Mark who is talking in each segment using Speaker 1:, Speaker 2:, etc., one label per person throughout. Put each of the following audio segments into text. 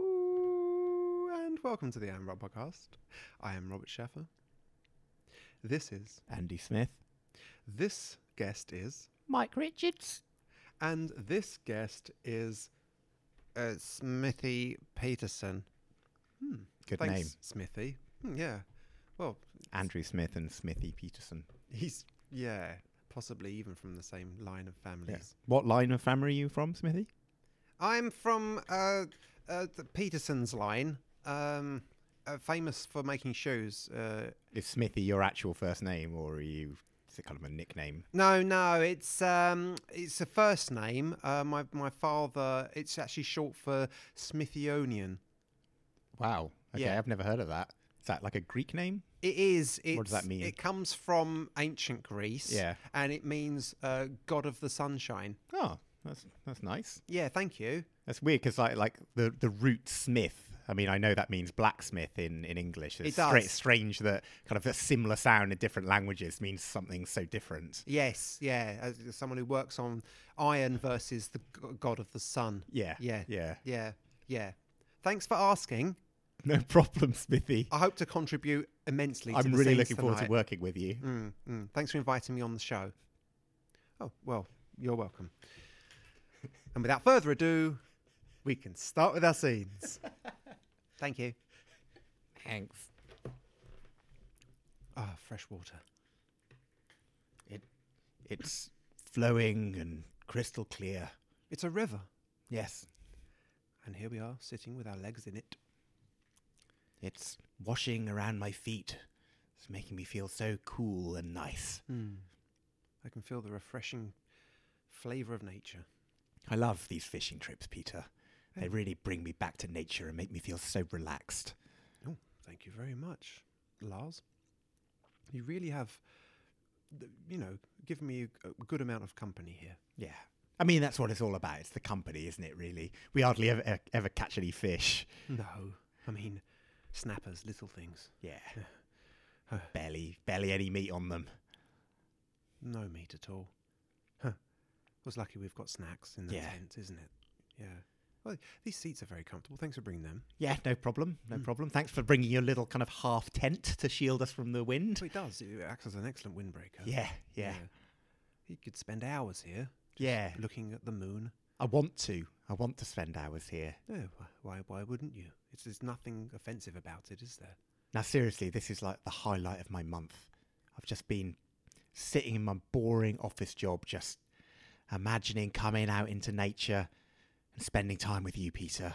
Speaker 1: Hello and welcome to the Am Rob podcast. I am Robert Sheffer. This is
Speaker 2: Andy Smith.
Speaker 1: this guest is,
Speaker 2: Mike Richards.
Speaker 1: and this guest is uh, Smithy Peterson. Hmm.
Speaker 2: Good
Speaker 1: Thanks,
Speaker 2: name.
Speaker 1: Smithy. Hmm, yeah. Well,
Speaker 2: Andrew Smith and Smithy Peterson.
Speaker 1: he's yeah, possibly even from the same line of families.
Speaker 2: What line of family are you from, Smithy?
Speaker 1: I'm from uh, uh, the Peterson's line, um, uh, famous for making shoes. Uh,
Speaker 2: Is Smithy your actual first name or are you is it kind of a nickname?
Speaker 1: No, no, it's um, it's a first name. Uh, my my father. It's actually short for Smithionian.
Speaker 2: Wow. Okay,
Speaker 1: Yeah.
Speaker 2: I've never heard of that. Is that like a Greek name?
Speaker 1: It is. It's,
Speaker 2: What does that mean?
Speaker 1: It comes from ancient Greece.
Speaker 2: Yeah.
Speaker 1: and it means uh, god of the sunshine.
Speaker 2: Oh, that's that's nice.
Speaker 1: Yeah, thank you.
Speaker 2: That's weird because like like the the root Smith. I mean, I know that means blacksmith in in English. It's stra-
Speaker 1: does.
Speaker 2: strange that kind of a similar sound in different languages means something so different.
Speaker 1: Yes, yeah. As someone who works on iron versus the g- god of the sun.
Speaker 2: Yeah.
Speaker 1: Yeah.
Speaker 2: Yeah.
Speaker 1: Yeah, yeah. Thanks for asking.
Speaker 2: No problem, Smithy.
Speaker 1: I hope to contribute immensely. to
Speaker 2: I'm
Speaker 1: the
Speaker 2: really
Speaker 1: scenes
Speaker 2: looking forward
Speaker 1: tonight.
Speaker 2: to working with you.
Speaker 1: Mm, mm. Thanks for inviting me on the show. Oh, well, you're welcome. And without further ado, we can start with our scenes. Thank you.
Speaker 2: Thanks.
Speaker 1: Ah, fresh water.
Speaker 2: It it's flowing and crystal clear.
Speaker 1: It's a river.
Speaker 2: Yes,
Speaker 1: And here we are, sitting with our legs in it.
Speaker 2: it's washing around my feet. It's making me feel so cool and nice.
Speaker 1: I can feel the refreshing flavour of nature.
Speaker 2: I love these fishing trips, Peter. They really bring me back to nature and make me feel so relaxed.
Speaker 1: Oh, thank you very much, Lars. You really have, th- you know, given me a good amount of company here.
Speaker 2: Yeah. I mean, that's what it's all about. It's the company, isn't it, really? We hardly ever, e- ever catch any fish.
Speaker 1: No, I mean, snappers, little things.
Speaker 2: Yeah. barely, barely any meat on them.
Speaker 1: No meat at all. Huh. Was lucky we've got snacks in the
Speaker 2: Yeah.
Speaker 1: tent, isn't it? Yeah. Well, these seats are very comfortable. Thanks for bringing them.
Speaker 2: Yeah, no problem. No problem. Thanks for bringing your little kind of half tent to shield us from the wind.
Speaker 1: So it does. It acts as an excellent windbreaker.
Speaker 2: Yeah, yeah,
Speaker 1: You could spend hours here
Speaker 2: yeah.
Speaker 1: looking at the moon.
Speaker 2: I want to. I want to spend hours here.
Speaker 1: No, wh- why? Why wouldn't you? It's, there's nothing offensive about it, is there?
Speaker 2: Now, seriously, this is like the highlight of my month. I've just been sitting in my boring office job, just imagining coming out into nature and spending time with you, Peter.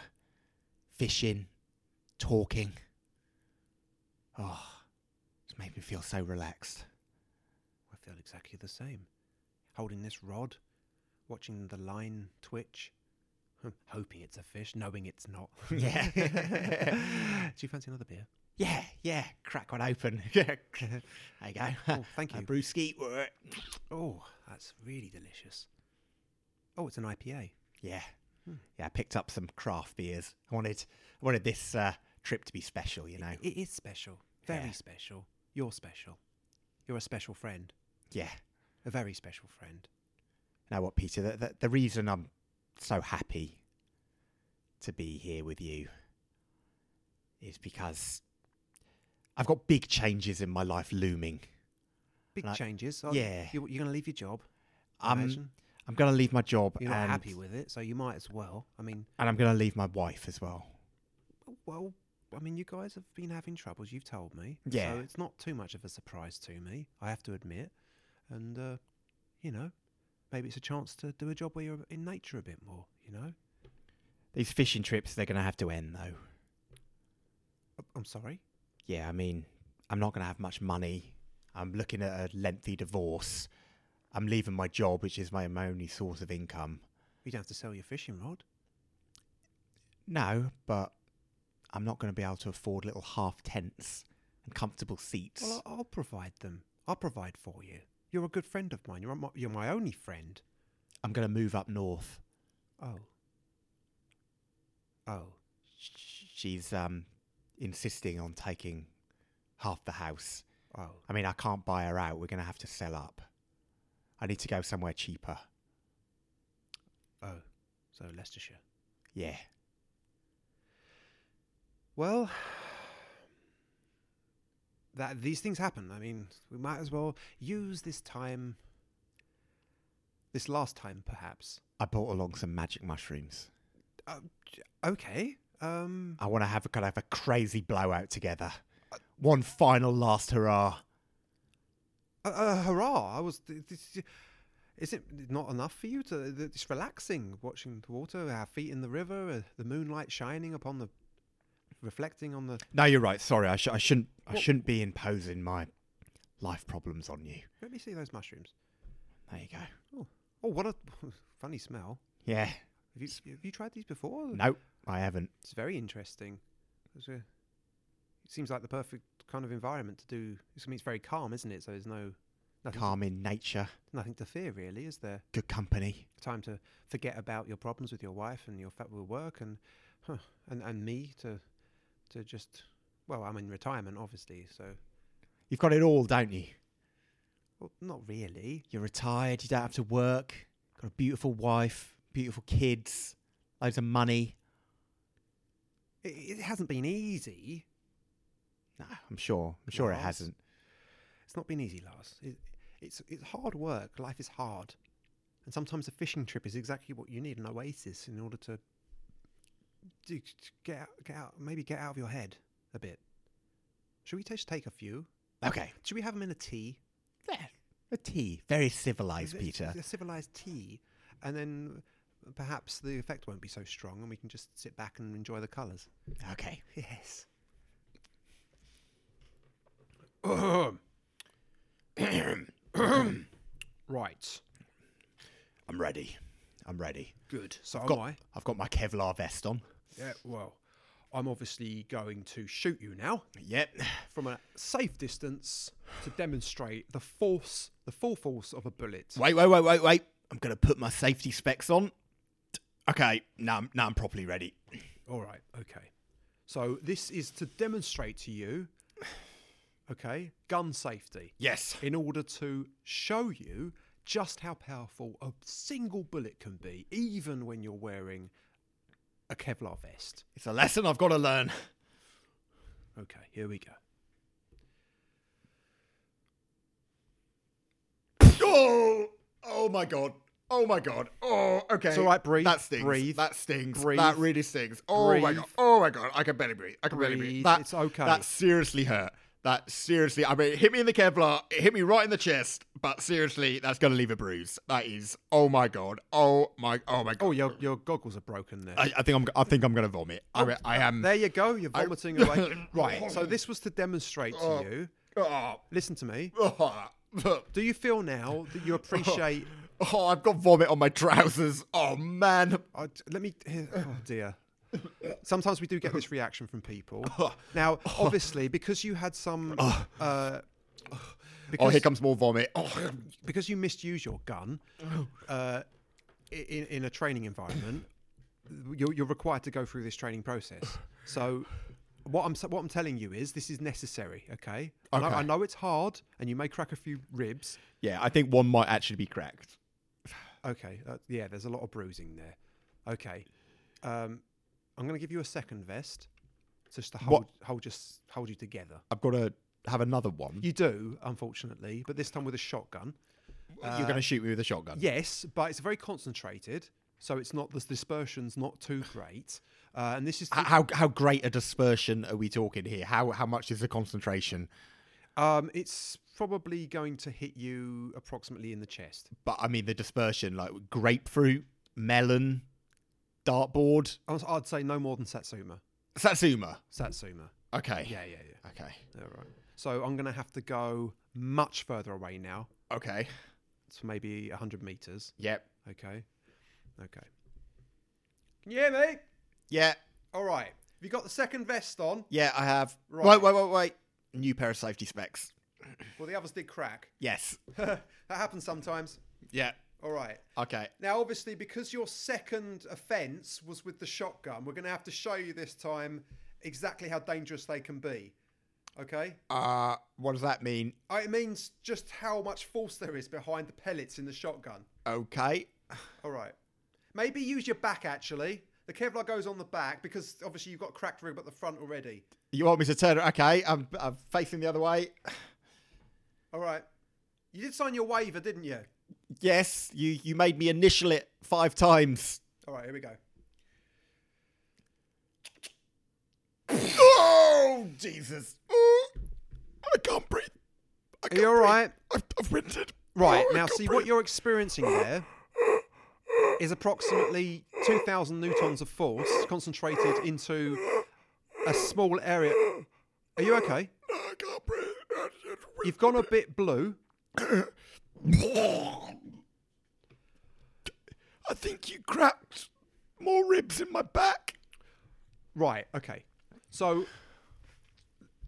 Speaker 2: Fishing, talking. Oh, it's made me feel so relaxed.
Speaker 1: I feel exactly the same. Holding this rod, watching the line twitch, Hmm, hoping it's a fish, knowing it's not.
Speaker 2: Yeah.
Speaker 1: Do you fancy another beer?
Speaker 2: Yeah, yeah, crack one open. there you go.
Speaker 1: Oh, thank
Speaker 2: A
Speaker 1: you.
Speaker 2: brewski.
Speaker 1: Oh, that's really delicious. Oh, it's an IPA.
Speaker 2: Yeah. Yeah, I picked up some craft beers. I wanted I wanted this uh, trip to be special, you know.
Speaker 1: It is special. Very
Speaker 2: Yeah.
Speaker 1: special. You're special. You're a special friend.
Speaker 2: Yeah.
Speaker 1: A very special friend.
Speaker 2: Now what, Peter, the, the, the reason I'm so happy to be here with you is because I've got big changes in my life looming.
Speaker 1: Big
Speaker 2: Like-
Speaker 1: changes. Oh,
Speaker 2: Yeah.
Speaker 1: You, you're going to leave your job. I
Speaker 2: I'm
Speaker 1: imagine.
Speaker 2: I'm going to leave my job
Speaker 1: You're not
Speaker 2: and,
Speaker 1: happy with it, so you might as well. I mean,
Speaker 2: and I'm going to leave my wife as well.
Speaker 1: well, I mean, you guys have been having troubles. You've told me.
Speaker 2: Yeah.
Speaker 1: So it's not too much of a surprise to me, I have to admit. And, uh, you know, maybe it's a chance to do a job where you're in nature a bit more, you know?
Speaker 2: These fishing trips they're going to have to end though.
Speaker 1: Oh, I'm sorry.
Speaker 2: yeah, I mean, I'm not going to have much money. I'm looking at a lengthy divorce. I'm leaving my job, which is my, my only source of income.
Speaker 1: You don't have to sell your fishing rod.
Speaker 2: No, but I'm not going to be able to afford little half tents and comfortable seats.
Speaker 1: Well, I- I'll provide them. I'll provide for you. You're a good friend of mine. You're my, you're my only friend.
Speaker 2: I'm going to move up north.
Speaker 1: Oh. Oh.
Speaker 2: Sh- She's um, insisting on taking half the house.
Speaker 1: Oh.
Speaker 2: I mean, I can't buy her out. We're going to have to sell up. I need to go somewhere cheaper.
Speaker 1: Oh. So Leicestershire.
Speaker 2: Yeah.
Speaker 1: Well, that these things happen. I mean, we might as well use this time, this last time, perhaps.
Speaker 2: I brought along some magic mushrooms.
Speaker 1: Uh, j- okay. Um,
Speaker 2: I want to have a kind of a crazy blowout together. One final last hurrah.
Speaker 1: uh, uh, hurrah! I was. th- This, is it not enough for you to? th- It's relaxing watching the water, our feet in the river, uh, the moonlight shining upon the, reflecting on the.
Speaker 2: No, you're right. Sorry, I, sh- I shouldn't. I
Speaker 1: Well-
Speaker 2: shouldn't be imposing my life problems on you.
Speaker 1: Let me see those mushrooms.
Speaker 2: There you go.
Speaker 1: Oh, what a funny smell!
Speaker 2: Yeah.
Speaker 1: Have you have you tried these before?
Speaker 2: Nope, I haven't.
Speaker 1: It's very interesting. It's a- it seems like the perfect kind of environment to do. I mean, it's very calm, isn't it? So there's no nothing,
Speaker 2: Calm in nature.
Speaker 1: To, nothing to fear, really, is there?
Speaker 2: Good company.
Speaker 1: Time to forget about your problems with your wife and your fa- with work and huh, and and me to to just well, I'm in retirement, obviously. So
Speaker 2: You've got it all, don't you?
Speaker 1: well, not really.
Speaker 2: You're retired. You don't have to work. Got a beautiful wife, beautiful kids, loads of money.
Speaker 1: It, it hasn't been easy.
Speaker 2: No, I'm sure. I'm sure it
Speaker 1: Lars.
Speaker 2: hasn't.
Speaker 1: It's not been easy, Lars. It, it's it's hard work. Life is hard, and sometimes a fishing trip is exactly what you need—an oasis in order to to get out, get out, maybe get out of your head a bit. Should we just take a few?
Speaker 2: Okay.
Speaker 1: Should we have them in a tea?
Speaker 2: There. A tea. Very civilized,
Speaker 1: It's-
Speaker 2: Peter.
Speaker 1: it's A civilized tea, and then perhaps the effect won't be so strong, and we can just sit back and enjoy the colours.
Speaker 2: Okay.
Speaker 1: Yes. right.
Speaker 2: I'm ready. I'm ready.
Speaker 1: Good. So
Speaker 2: Got- I've got my Kevlar vest on.
Speaker 1: Yeah, well, I'm obviously going to shoot you now
Speaker 2: Yep.
Speaker 1: from a safe distance to demonstrate the force, the full force of a bullet.
Speaker 2: Wait, wait, wait, wait, wait. I'm going to put my safety specs on. Okay. Now I'm, now I'm properly ready.
Speaker 1: All right, okay. So this is to demonstrate to you, okay, gun safety
Speaker 2: Yes.
Speaker 1: in order to show you just how powerful a single bullet can be, even when you're wearing a Kevlar vest.
Speaker 2: It's a lesson I've got to learn.
Speaker 1: Okay, here we go.
Speaker 2: Oh, oh my god. Oh my god. Oh, okay.
Speaker 1: It's all right, breathe,
Speaker 2: That stings.
Speaker 1: breathe,
Speaker 2: that stings.
Speaker 1: breathe,
Speaker 2: that really stings. Oh my
Speaker 1: breathe.
Speaker 2: god. Oh my god. I can barely breathe. I can barely
Speaker 1: Breathe.
Speaker 2: breathe. That,
Speaker 1: It's okay.
Speaker 2: That seriously hurt. That seriously. I mean, it hit me in the Kevlar. It hit me right in the chest. But seriously, that's gonna leave a bruise. That is. Oh my god. Oh my. Oh my god.
Speaker 1: Oh, your, your goggles are broken there.
Speaker 2: I, I think I'm. I think I'm gonna vomit. I, mean, I am.
Speaker 1: There you go. You're vomiting away. Right. So this was to demonstrate to you.
Speaker 2: Oh,
Speaker 1: Listen to me.
Speaker 2: oh,
Speaker 1: Do you feel now that you appreciate?
Speaker 2: oh, I've got vomit on my trousers. Oh man.
Speaker 1: I let me. here- Oh dear. Sometimes we do get this reaction from people. Now, obviously, because you had some, uh,
Speaker 2: Oh, here comes more vomit. Oh,
Speaker 1: because you misused your gun uh, i- in in a training environment, you're, you're required to go through this training process. So. What I'm s- what I'm telling you is this is necessary, okay? I know,
Speaker 2: Okay.
Speaker 1: I know it's hard, and you may crack a few ribs,
Speaker 2: Yeah, I think one might actually be cracked.
Speaker 1: Okay. Uh, yeah, there's a lot of bruising there. Okay. Um, I'm going to give you a second vest, just to hold hold just hold you together.
Speaker 2: I've got to have another one.
Speaker 1: You do, unfortunately, but this time with a shotgun. uh,
Speaker 2: You're going to shoot me with a shotgun.
Speaker 1: Yes, but it's very concentrated, so it's not the dispersion's not too great. Uh, and this is
Speaker 2: H- How how great a dispersion are we talking here? How how much is the concentration?
Speaker 1: um, it's probably going to hit you approximately in the chest.
Speaker 2: But I mean the dispersion, like grapefruit, melon, dartboard,
Speaker 1: I was- I'd say no more than Satsuma.
Speaker 2: Satsuma.
Speaker 1: Satsuma.
Speaker 2: Okay.
Speaker 1: Yeah, yeah, yeah.
Speaker 2: Okay.
Speaker 1: All right. So I'm going to have to go much further away now.
Speaker 2: Okay.
Speaker 1: to maybe 100 meters.
Speaker 2: Yep.
Speaker 1: Okay. Okay. Can you hear me?
Speaker 2: Yeah.
Speaker 1: All right. Have you got the second vest on?
Speaker 2: Yeah. I have.
Speaker 1: Right.
Speaker 2: Wait. Wait. Wait. Wait. New pair of safety specs.
Speaker 1: Well, the others did crack.
Speaker 2: Yes.
Speaker 1: that happens sometimes.
Speaker 2: Yeah.
Speaker 1: All right.
Speaker 2: Okay.
Speaker 1: Now, obviously, because your second offence was with the shotgun, we're going to have to show you this time exactly how dangerous they can be. Okay?
Speaker 2: Uh, what does that mean?
Speaker 1: Uh, It means just how much force there is behind the pellets in the shotgun.
Speaker 2: Okay.
Speaker 1: All right. Maybe use your back, actually. The Kevlar goes on the back because obviously you've got a cracked rib at the front already.
Speaker 2: You want me to turn it? Okay, I'm, I'm facing the other way.
Speaker 1: All right. You did sign your waiver, didn't you?
Speaker 2: Yes, you, you made me initial it five times.
Speaker 1: All right, here we go.
Speaker 2: oh, Jesus. Oh, I can't breathe. I
Speaker 1: Are you all right?
Speaker 2: I've, I've Oh, rented.
Speaker 1: Right, now see what you're experiencing there is approximately 2,000 newtons of force concentrated into a small area. Are you okay?
Speaker 2: I can't breathe.
Speaker 1: You've gone a bit blue.
Speaker 2: I think you cracked more ribs in my back.
Speaker 1: Right, okay. So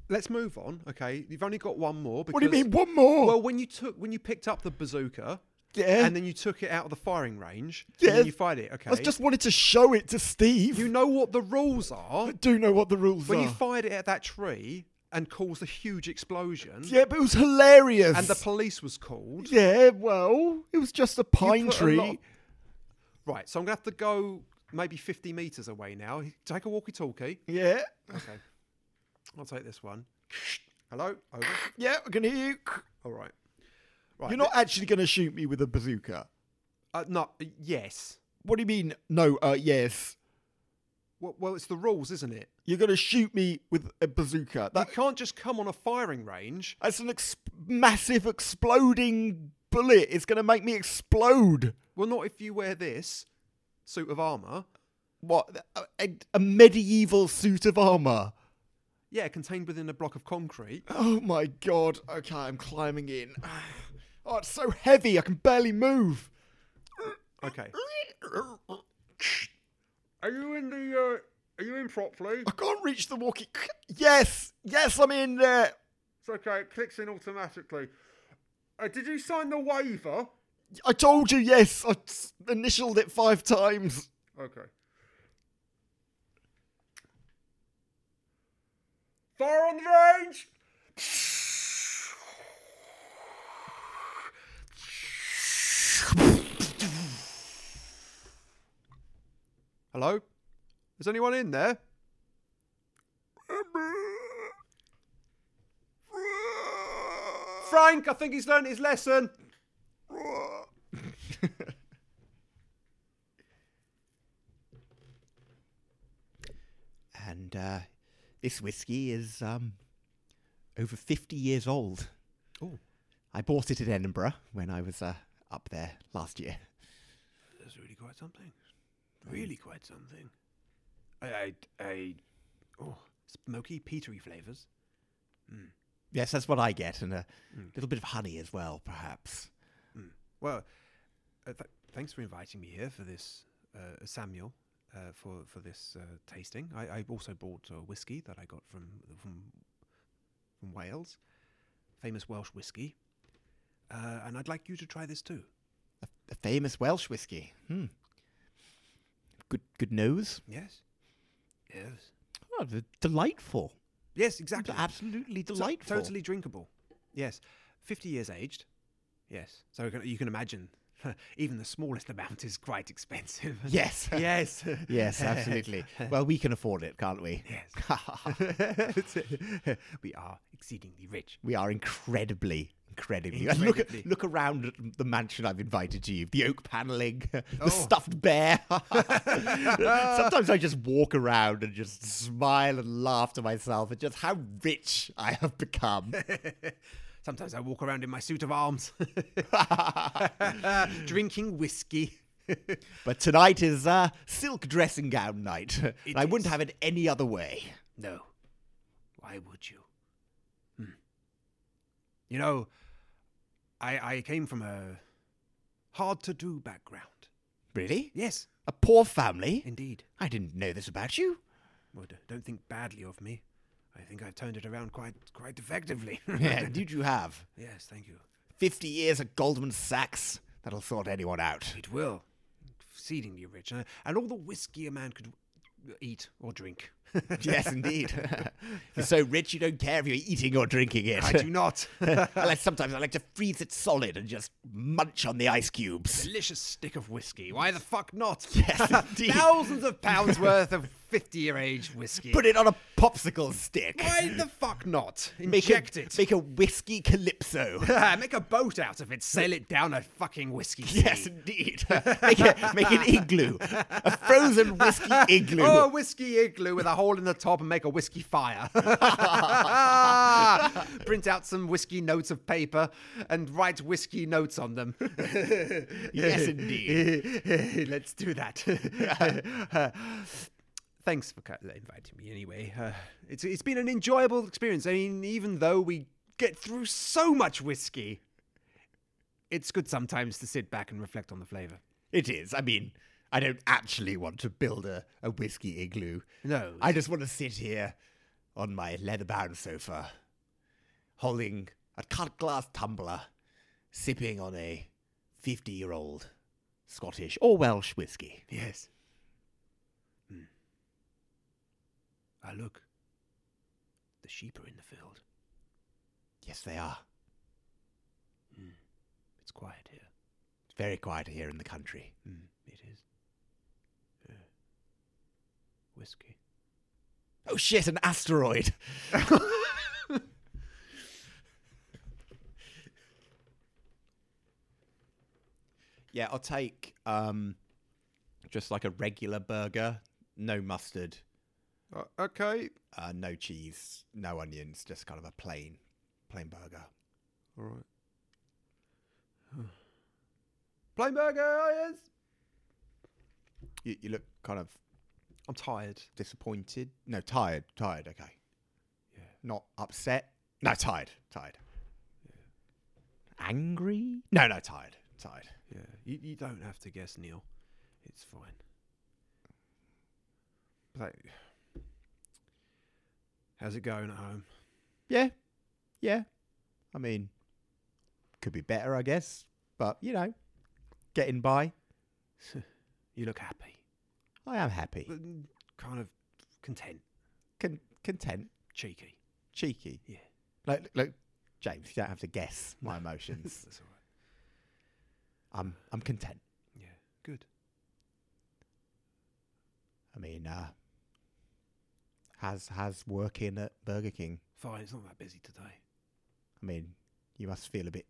Speaker 1: let's move on, okay? You've only got one more because
Speaker 2: What do you mean, one more?
Speaker 1: Well, when you took when you picked up the bazooka
Speaker 2: yeah.
Speaker 1: and then you took it out of the firing range and
Speaker 2: Yeah.
Speaker 1: then you fired it, okay?
Speaker 2: I just wanted to show it to Steve.
Speaker 1: you know what the rules are.
Speaker 2: I do know what the rules
Speaker 1: When
Speaker 2: are.
Speaker 1: you fired it at that tree and caused a huge explosion
Speaker 2: yeah, but it was hilarious.
Speaker 1: and the police was called.
Speaker 2: yeah, well, it was just a pine
Speaker 1: put a
Speaker 2: tree.
Speaker 1: lot- Right, so I'm going to have to go maybe 50 metres away now. Take a walkie talkie.
Speaker 2: Yeah,
Speaker 1: Okay. I'll take this one. Hello? Over.
Speaker 2: yeah, I can hear you.
Speaker 1: All right. Right.
Speaker 2: You're not actually going to shoot me with a bazooka.
Speaker 1: Uh, no, yes.
Speaker 2: What do you mean? No, uh, yes.
Speaker 1: Well, well, it's the rules, isn't it?
Speaker 2: You're going to shoot me with a bazooka.
Speaker 1: You
Speaker 2: That,
Speaker 1: can't just come on a firing range.
Speaker 2: That's an ex- massive exploding bullet. It's going to make me explode.
Speaker 1: Well, not if you wear this suit of armour.
Speaker 2: What? A, a- a medieval suit of armor.
Speaker 1: Yeah, contained within a block of concrete.
Speaker 2: Oh my god. Okay, I'm climbing in. Oh, it's so heavy. I can barely move.
Speaker 1: Okay.
Speaker 2: I
Speaker 1: Are you in the. Uh, are you in properly?
Speaker 2: can't reach the walkie. Yes, yes, I'm in there.
Speaker 1: It's okay, it clicks in automatically. Uh, did you sign the waiver?
Speaker 2: I told you, yes. I s- initialed it five times.
Speaker 1: Okay. Fire on the range! Hello? Is anyone in there? Frank, I think he's learned his lesson.
Speaker 2: and uh, this whiskey is um, over 50 years old.
Speaker 1: Oh,
Speaker 2: I bought it in Edinburgh when I was uh, up there last year.
Speaker 1: that's really quite something. Really quite something. I, I, I oh, smoky, petery flavours.
Speaker 2: Yes, that's what I get, and a little bit of honey as well, perhaps.
Speaker 1: Well, uh, th- thanks for inviting me here for this, uh, Samuel, uh, for for this uh, tasting. I, I also bought a whiskey that I got from from from Wales, famous Welsh whiskey, uh, and I'd like you to try this too.
Speaker 2: A, a famous Welsh whiskey. Hmm. Good, good nose.
Speaker 1: Yes. Yes.
Speaker 2: Oh, d- delightful.
Speaker 1: Yes. Exactly.
Speaker 2: Absolutely
Speaker 1: To-
Speaker 2: delightful.
Speaker 1: totally drinkable. Yes. 50 years aged. Yes. So you can, you can imagine, even the smallest amount is quite expensive.
Speaker 2: Yes.
Speaker 1: yes.
Speaker 2: yes, absolutely. well, we can afford it, can't we?
Speaker 1: Yes. we are exceedingly rich.
Speaker 2: we are incredibly, incredibly. And look, at,
Speaker 1: Incredibly.
Speaker 2: look around at the mansion I've invited you. The oak paneling, the
Speaker 1: Oh.
Speaker 2: stuffed bear. Sometimes I just walk around and just smile and laugh to myself at just how rich I have become.
Speaker 1: Sometimes I walk around in my suit of arms, drinking whiskey.
Speaker 2: But tonight is uh, silk dressing gown night. and I wouldn't
Speaker 1: is.
Speaker 2: have it any other way.
Speaker 1: No. Why would you? Hmm. You know, I, I came from a hard to do background.
Speaker 2: Really?
Speaker 1: Yes,
Speaker 2: A poor family?
Speaker 1: indeed.
Speaker 2: I didn't know this about you.
Speaker 1: Well, d- uh, don't think badly of me. I think I've turned it around quite quite effectively.
Speaker 2: Yeah, did you have?
Speaker 1: yes, thank you.
Speaker 2: 50 years at Goldman Sachs. That'll sort anyone out.
Speaker 1: It will. Exceedingly rich. And, and all the whiskey a man could eat or drink.
Speaker 2: yes, indeed. You're so rich you don't care if you're eating or drinking it.
Speaker 1: I do not.
Speaker 2: Unless sometimes I like to freeze it solid and just munch on the ice cubes.
Speaker 1: Delicious stick of whiskey. Why the fuck not?
Speaker 2: Yes, indeed.
Speaker 1: Thousands of pounds worth of 50 year age whiskey.
Speaker 2: Put it on a popsicle stick.
Speaker 1: Why the fuck not?
Speaker 2: Make a,
Speaker 1: Inject it.
Speaker 2: make a whiskey calypso.
Speaker 1: Make a boat out of it. Sail it down a fucking whiskey sea.
Speaker 2: Yes, indeed. make, a, make an igloo. A frozen whiskey igloo.
Speaker 1: Oh, a whiskey igloo with a hole in the top and make a whiskey fire. Print out some whiskey notes of paper and write whiskey notes on them.
Speaker 2: Yes, indeed.
Speaker 1: Let's do that. Thanks for cut- inviting me anyway. Uh, it's, it's been an enjoyable experience. I mean, even though we get through so much whiskey, it's good sometimes to sit back and reflect on the flavour.
Speaker 2: It is. I mean, I don't actually want to build a, a whiskey igloo.
Speaker 1: No.
Speaker 2: I just want to sit here on my leather bound sofa, holding a cut glass tumbler, sipping on a 50 year old Scottish or Welsh whiskey.
Speaker 1: Yes. Hmm. Ah, look. The sheep are in the field.
Speaker 2: Yes, they are.
Speaker 1: It's quiet here.
Speaker 2: It's very quiet here in the country.
Speaker 1: Mm. It is. Yeah. Whiskey.
Speaker 2: Oh shit, an asteroid!
Speaker 1: Uh,
Speaker 2: yeah, I'll take um, just like a regular burger, no mustard,
Speaker 1: okay.
Speaker 2: uh, no cheese, no onions, just kind of a plain, plain burger.
Speaker 1: All right. Plain burger, ah, yes.
Speaker 2: You, you look kind of
Speaker 1: I'm tired.
Speaker 2: disappointed. No, tired, tired. Okay.
Speaker 1: Yeah.
Speaker 2: Not upset. No, tired, tired. Angry? No, no, tired, tired.
Speaker 1: Yeah. You, you don't have to guess, Neil. It's fine. But I- how's it going at home?
Speaker 2: Yeah, yeah. I mean, could be better, I guess. But you know, getting by.
Speaker 1: You look happy.
Speaker 2: I am happy,
Speaker 1: Mm, Kind of content.
Speaker 2: Con- content,
Speaker 1: Cheeky.
Speaker 2: cheeky.
Speaker 1: Yeah.
Speaker 2: Like, look, James, you don't have to guess my emotions.
Speaker 1: That's all right.
Speaker 2: I'm, I'm content.
Speaker 1: Yeah. Good.
Speaker 2: I mean, uh, has has working at Burger King.
Speaker 1: Fine. It's not that busy today.
Speaker 2: I mean, you must feel a bit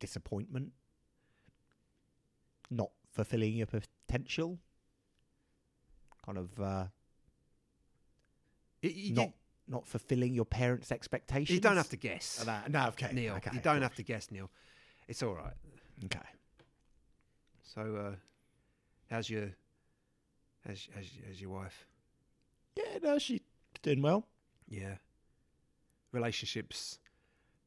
Speaker 2: disappointment, not fulfilling your potential. Kind of uh,
Speaker 1: You, you,
Speaker 2: not not fulfilling your parents' expectations.
Speaker 1: you don't have to guess,
Speaker 2: Uh, that- No, okay,
Speaker 1: Neil.
Speaker 2: Okay,
Speaker 1: you don't
Speaker 2: cool.
Speaker 1: have to guess, Neil. It's all right.
Speaker 2: Okay.
Speaker 1: So, uh, how's your, how's, how's, how's your wife?
Speaker 2: Yeah, no, she's doing well.
Speaker 1: Yeah. Relationships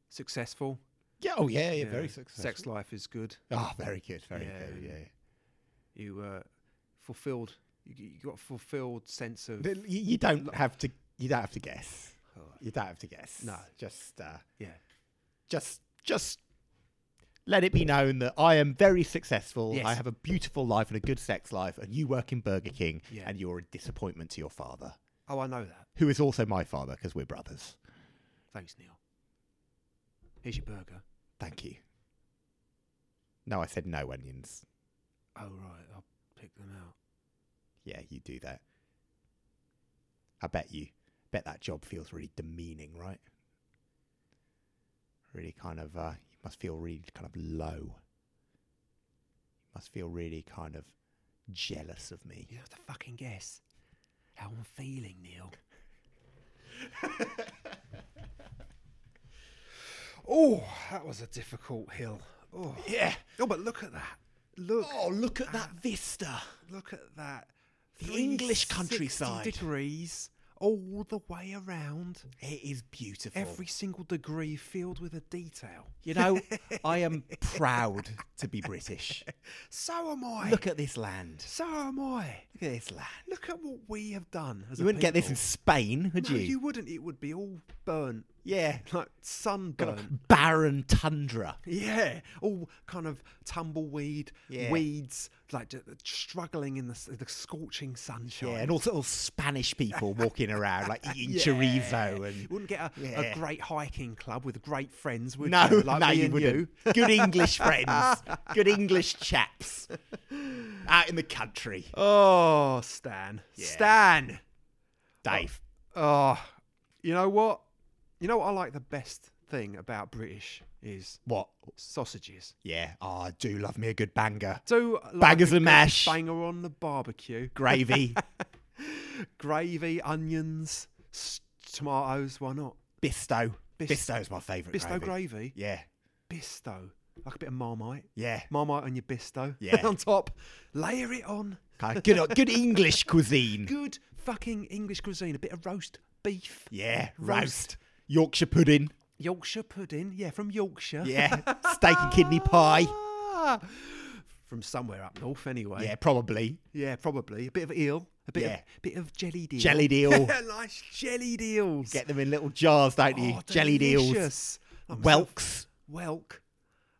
Speaker 1: successful.
Speaker 2: Yeah, oh yeah, yeah, very successful.
Speaker 1: Sex life is good.
Speaker 2: Oh, very good, very
Speaker 1: Yeah.
Speaker 2: good. Yeah.
Speaker 1: You uh, fulfilled. You, you got a fulfilled sense of.
Speaker 2: But You, you don't have to. You don't have to guess.
Speaker 1: All right.
Speaker 2: You don't have to guess.
Speaker 1: No.
Speaker 2: just uh,
Speaker 1: Yeah.
Speaker 2: just just let it be known that I am very successful. I
Speaker 1: Yes.
Speaker 2: have a beautiful life and a good sex life, and you work in Burger King,
Speaker 1: Yeah.
Speaker 2: and you're a disappointment to your father,
Speaker 1: Oh, I know that.
Speaker 2: who is also my father because we're brothers.
Speaker 1: Thanks, Neil. Here's your burger.
Speaker 2: Thank you. No, I said no onions.
Speaker 1: Oh right, I'll pick them out.
Speaker 2: Yeah, you do that. I bet you. Bet that job feels really demeaning, right? Really kind of. Uh, you must feel really kind of low. You must feel really kind of jealous of me.
Speaker 1: You have to fucking guess how I'm feeling, Neil. oh, that was a difficult hill. Oh,
Speaker 2: Yeah.
Speaker 1: oh but look at that. Look,
Speaker 2: Oh, look at that vista.
Speaker 1: look at that.
Speaker 2: The English
Speaker 1: 360
Speaker 2: countryside.
Speaker 1: Degrees all the way around.
Speaker 2: It is beautiful.
Speaker 1: Every single degree filled with a detail.
Speaker 2: you know, I am proud to be British.
Speaker 1: So am I.
Speaker 2: Look at this land.
Speaker 1: So am I.
Speaker 2: Look at this land.
Speaker 1: Look at what we have done. As
Speaker 2: You
Speaker 1: a
Speaker 2: wouldn't get this
Speaker 1: people.
Speaker 2: in Spain, would
Speaker 1: no,
Speaker 2: you?
Speaker 1: you wouldn't. It would be all burnt
Speaker 2: Yeah.
Speaker 1: like sunburn.
Speaker 2: Kind of barren tundra.
Speaker 1: Yeah, all kind of tumbleweed,
Speaker 2: Yeah.
Speaker 1: weeds, like ju- struggling in the, s- the scorching sunshine.
Speaker 2: Yeah, and also all Spanish people walking around, like eating
Speaker 1: Yeah.
Speaker 2: chorizo and
Speaker 1: You wouldn't get a,
Speaker 2: Yeah.
Speaker 1: a great hiking club with great friends, would
Speaker 2: no,
Speaker 1: you? Like
Speaker 2: no,
Speaker 1: me
Speaker 2: you
Speaker 1: and
Speaker 2: wouldn't. Good English friends, good English chaps, out in the country.
Speaker 1: Oh, Stan,
Speaker 2: Yeah.
Speaker 1: Stan.
Speaker 2: Dave,
Speaker 1: Oh, you know what? You know what I like the best thing about British is
Speaker 2: what?
Speaker 1: sausages.
Speaker 2: Yeah, oh, I do love me a good banger,
Speaker 1: So like
Speaker 2: Bangers
Speaker 1: a good
Speaker 2: and mash.
Speaker 1: banger on the barbecue,
Speaker 2: gravy,
Speaker 1: gravy, onions, s- tomatoes. Why not?
Speaker 2: bisto.
Speaker 1: Bis-
Speaker 2: Bisto's my favourite.
Speaker 1: Bisto
Speaker 2: gravy.
Speaker 1: gravy.
Speaker 2: Yeah,
Speaker 1: Bisto. Like a bit of marmite.
Speaker 2: yeah.
Speaker 1: Marmite on your bisto.
Speaker 2: Yeah.
Speaker 1: on top. Layer it on.
Speaker 2: Kind of good, good English cuisine.
Speaker 1: Good fucking English cuisine. A bit of roast beef.
Speaker 2: Yeah,
Speaker 1: Roast.
Speaker 2: roast, Yorkshire pudding.
Speaker 1: Yorkshire pudding. Yeah, from Yorkshire.
Speaker 2: Yeah, steak and kidney pie.
Speaker 1: Ah, From somewhere up north, anyway.
Speaker 2: Yeah, probably
Speaker 1: Yeah, probably. A bit of eel. A bit,
Speaker 2: Yeah.
Speaker 1: of, bit of jellied eel.
Speaker 2: jellied eel.
Speaker 1: nice jellied eels.
Speaker 2: Get them in little jars, don't you?
Speaker 1: oh,
Speaker 2: jellied eels,
Speaker 1: delicious. Like myself,
Speaker 2: whelks.
Speaker 1: Whelk.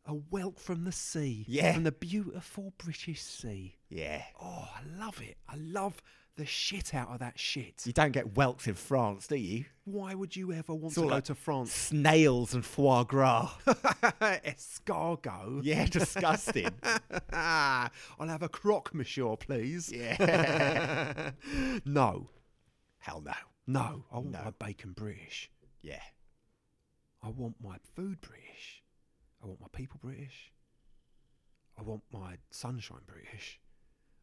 Speaker 1: A whelk from the sea.
Speaker 2: Yeah.
Speaker 1: From the beautiful British sea.
Speaker 2: Yeah.
Speaker 1: Oh, I love it. I love the shit out of that shit.
Speaker 2: You don't get whelks in France, do you?
Speaker 1: Why would you ever want to
Speaker 2: all
Speaker 1: go
Speaker 2: like-
Speaker 1: to France?
Speaker 2: Snails and foie gras.
Speaker 1: Escargot.
Speaker 2: yeah, disgusting.
Speaker 1: I'll have a croc, monsieur, please.
Speaker 2: Yeah.
Speaker 1: no,
Speaker 2: Hell no.
Speaker 1: no. I want
Speaker 2: No.
Speaker 1: my bacon British.
Speaker 2: Yeah.
Speaker 1: I want my food British. I want my people British. I want my sunshine British.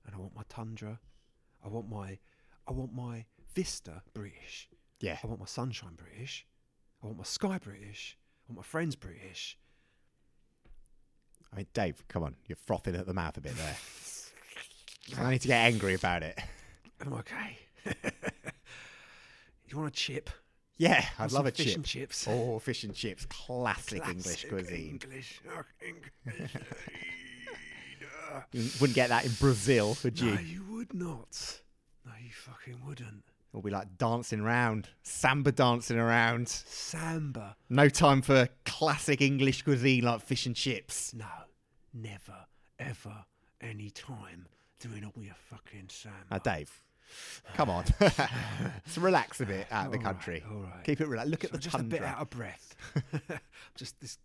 Speaker 1: And I want my tundra. I want my I want my vista British.
Speaker 2: Yeah.
Speaker 1: I want my sunshine British. I want my sky British. I want my friends British.
Speaker 2: I mean, Dave, come on. You're frothing at the mouth a bit there. I need to get angry about it.
Speaker 1: I'm okay. you want a chip?
Speaker 2: Yeah, I
Speaker 1: Want
Speaker 2: love
Speaker 1: some
Speaker 2: a
Speaker 1: fish
Speaker 2: chip.
Speaker 1: and chips.
Speaker 2: Oh, fish and chips. Classic, English
Speaker 1: Classic
Speaker 2: cuisine.
Speaker 1: English. Oh, English.
Speaker 2: You wouldn't get that in Brazil, would you?
Speaker 1: no, you would not. No, you fucking wouldn't.
Speaker 2: We'll be like dancing around, samba dancing around.
Speaker 1: Samba.
Speaker 2: No time for classic English cuisine like fish and chips.
Speaker 1: No, never, ever, any time doing all your fucking samba.
Speaker 2: Now, Dave, come on. Let's relax a bit out in the
Speaker 1: All right,
Speaker 2: country.
Speaker 1: all right.
Speaker 2: Keep it relaxed. Look at
Speaker 1: So
Speaker 2: the
Speaker 1: I'm just a
Speaker 2: tundra.
Speaker 1: bit out of breath. just this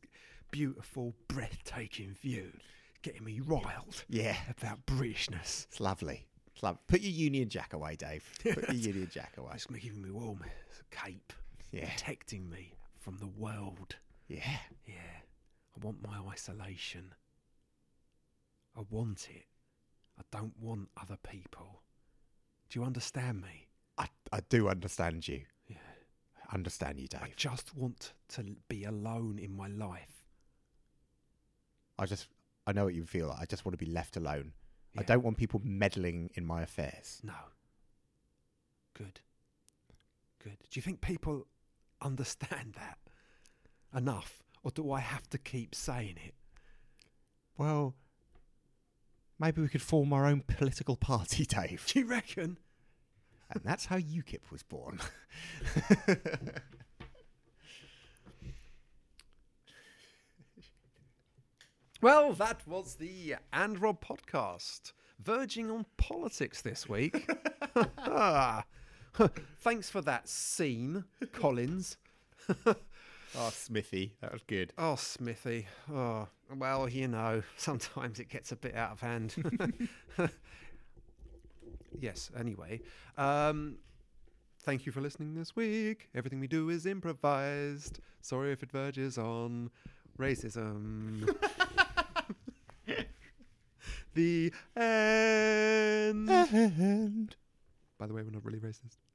Speaker 1: beautiful, breathtaking view, getting me riled
Speaker 2: Yeah,
Speaker 1: about Britishness.
Speaker 2: it's lovely. It's lovely. Put your Union Jack away, Dave. Put your Union Jack away.
Speaker 1: It's giving me warm. It's a cape,
Speaker 2: Yeah.
Speaker 1: protecting me from the world.
Speaker 2: Yeah.
Speaker 1: Yeah, I want my isolation. I want it. I don't want other people. Do you understand me?
Speaker 2: I, I do understand you.
Speaker 1: Yeah.
Speaker 2: I understand you,
Speaker 1: I
Speaker 2: Dave.
Speaker 1: just want to l- be alone in my life.
Speaker 2: I just, I know what you feel like. I just want to be left alone. I
Speaker 1: Yeah.
Speaker 2: don't want people meddling in my affairs.
Speaker 1: No. Good. Good. Do you think people understand that enough? Or do I have to keep saying it?
Speaker 2: Well, maybe we could form our own political party, Dave.
Speaker 1: Do you reckon?
Speaker 2: and that's how UKIP was born.
Speaker 1: Well, that was the And Rob podcast, verging on politics this week. Thanks for that scene, Collins. Ah,
Speaker 2: oh, Smithy, that was good.
Speaker 1: Oh, Smithy. Oh, well, you know, sometimes it gets a bit out of hand. yes, anyway. Um, thank you for listening this week. Everything we do is improvised. Sorry if it verges on racism. the end.
Speaker 2: And Uh.
Speaker 1: By the way, we're not really racist.